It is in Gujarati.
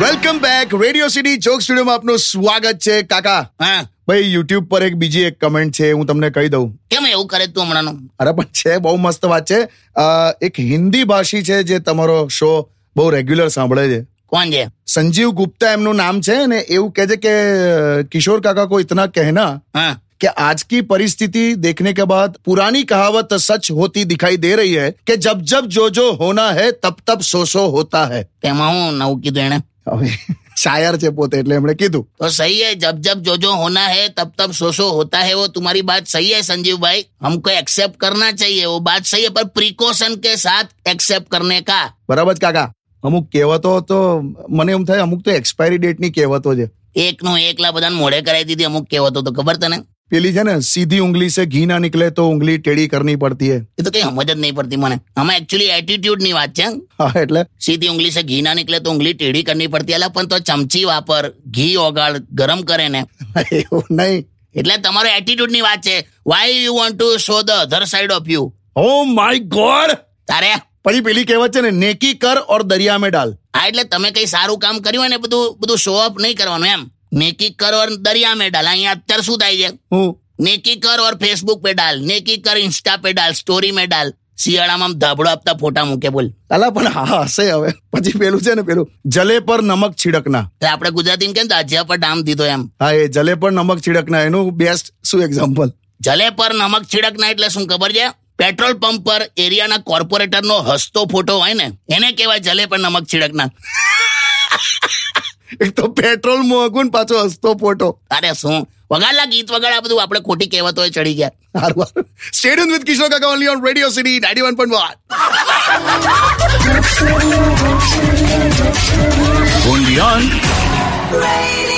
બેક રેડિયો સિટી જોક સ્ટુડિયોમાં આપનું સ્વાગત છે કાકા હા ભાઈ યુટ્યુબ પર એક બીજી એક કમેન્ટ છે હું તમને કહી દઉં કેમ એવું કરે તું હમણાંનું અરે પણ છે બહુ મસ્ત વાત છે અ, એક હિન્દી ભાષી છે જે તમારો શો બહુ રેગ્યુલર સાંભળે છે કોણ છે સંજીવ ગુપ્તા એમનું નામ છે ને એવું કહે છે કે અ, કિશોર કાકા કો ઇતના કહેના હા कि आज की परिस्थिति देखने के बाद पुरानी कहावत सच होती दिखाई दे रही है कि जब जब जो जो होना है तब तब सो सो होता है તેમાં હું નવું કીધું એને હવે શાયર છે પોતે એટલે એમણે કીધું तो सही है जब जब जो जो होना है तब तब सो सो होता है वो तुम्हारी बात सही है संजीव भाई हमको एक्सेप्ट करना चाहिए वो बात सही है पर प्रिकॉशन के साथ एक्सेप्ट करने का બરાબર જ કાકા અમુક કહેવતો તો મને એમ થાય અમુક તો એક્સપાયરી ડેટની કહેવતો છે એક નું એકલા બધાને મોઢે કરાવી દીધી અમુક કહેવતો તો ખબર તને પેલી છે ને સીધી ઉંગલી સે ઘી ના નીકળે તો ઉંગલી ટેડી કરની પડતી હે એ તો કઈ સમજ જ નહીં પડતી મને આમાં એકચ્યુઅલી એટીટ્યુડ ની વાત છે હા એટલે સીધી ઉંગલી સે ઘી ના નીકળે તો ઉંગલી ટેઢી કરની પડતી અલા પણ તો ચમચી વાપર ઘી ઓગાળ ગરમ કરે ને એવું નહીં એટલે તમારો એટીટ્યુડ ની વાત છે why you want to show the other side of you oh my god તારે હા પછી પેલી કહેવત છે ને નેકી કર ઓર દરિયા મેં ડાલ એટલે તમે કઈ સારું કામ કર્યું હોય ને બધું બધું શો અપ નહીં કરવાનું એમ નેકી કર ઓર દરિયા મેં ડાલ અહીંયા અત્યારે શું થાય છે હું નેકી કર ઓર ફેસબુક પે ડાલ નેકી કર ઇન્સ્ટા પે ડાલ સ્ટોરી મેં ડાલ શિયાળામાં આમ ધાબળો આપતા ફોટા મૂકે બોલ અલા પણ હા હશે હવે પછી પેલું છે ને પેલું જલે પર નમક છિડકના એટલે આપણે ગુજરાતીમાં કેમ તાજિયા પર ડામ દીધો એમ હા એ જલે પર નમક છિડકના એનું બેસ્ટ શું એક્ઝામ્પલ જલે પર નમક છિડકના એટલે શું ખબર છે પેટ્રોલ પંપ પર એરિયાના કોર્પોરેટરનો હસતો ફોટો હોય ને એને કહેવાય જલે પર નમક છિડકના એક તો પેટ્રોલ મોંઘું ને પાછો હસતો ફોટો અરે શું વગાડલા ગીત વગાડ આ બધું આપણે ખોટી કહેવતો ચડી ગયા સ્ટેડિયમ વિથ કિશોર કાકા only on radio city ninety one point one Radio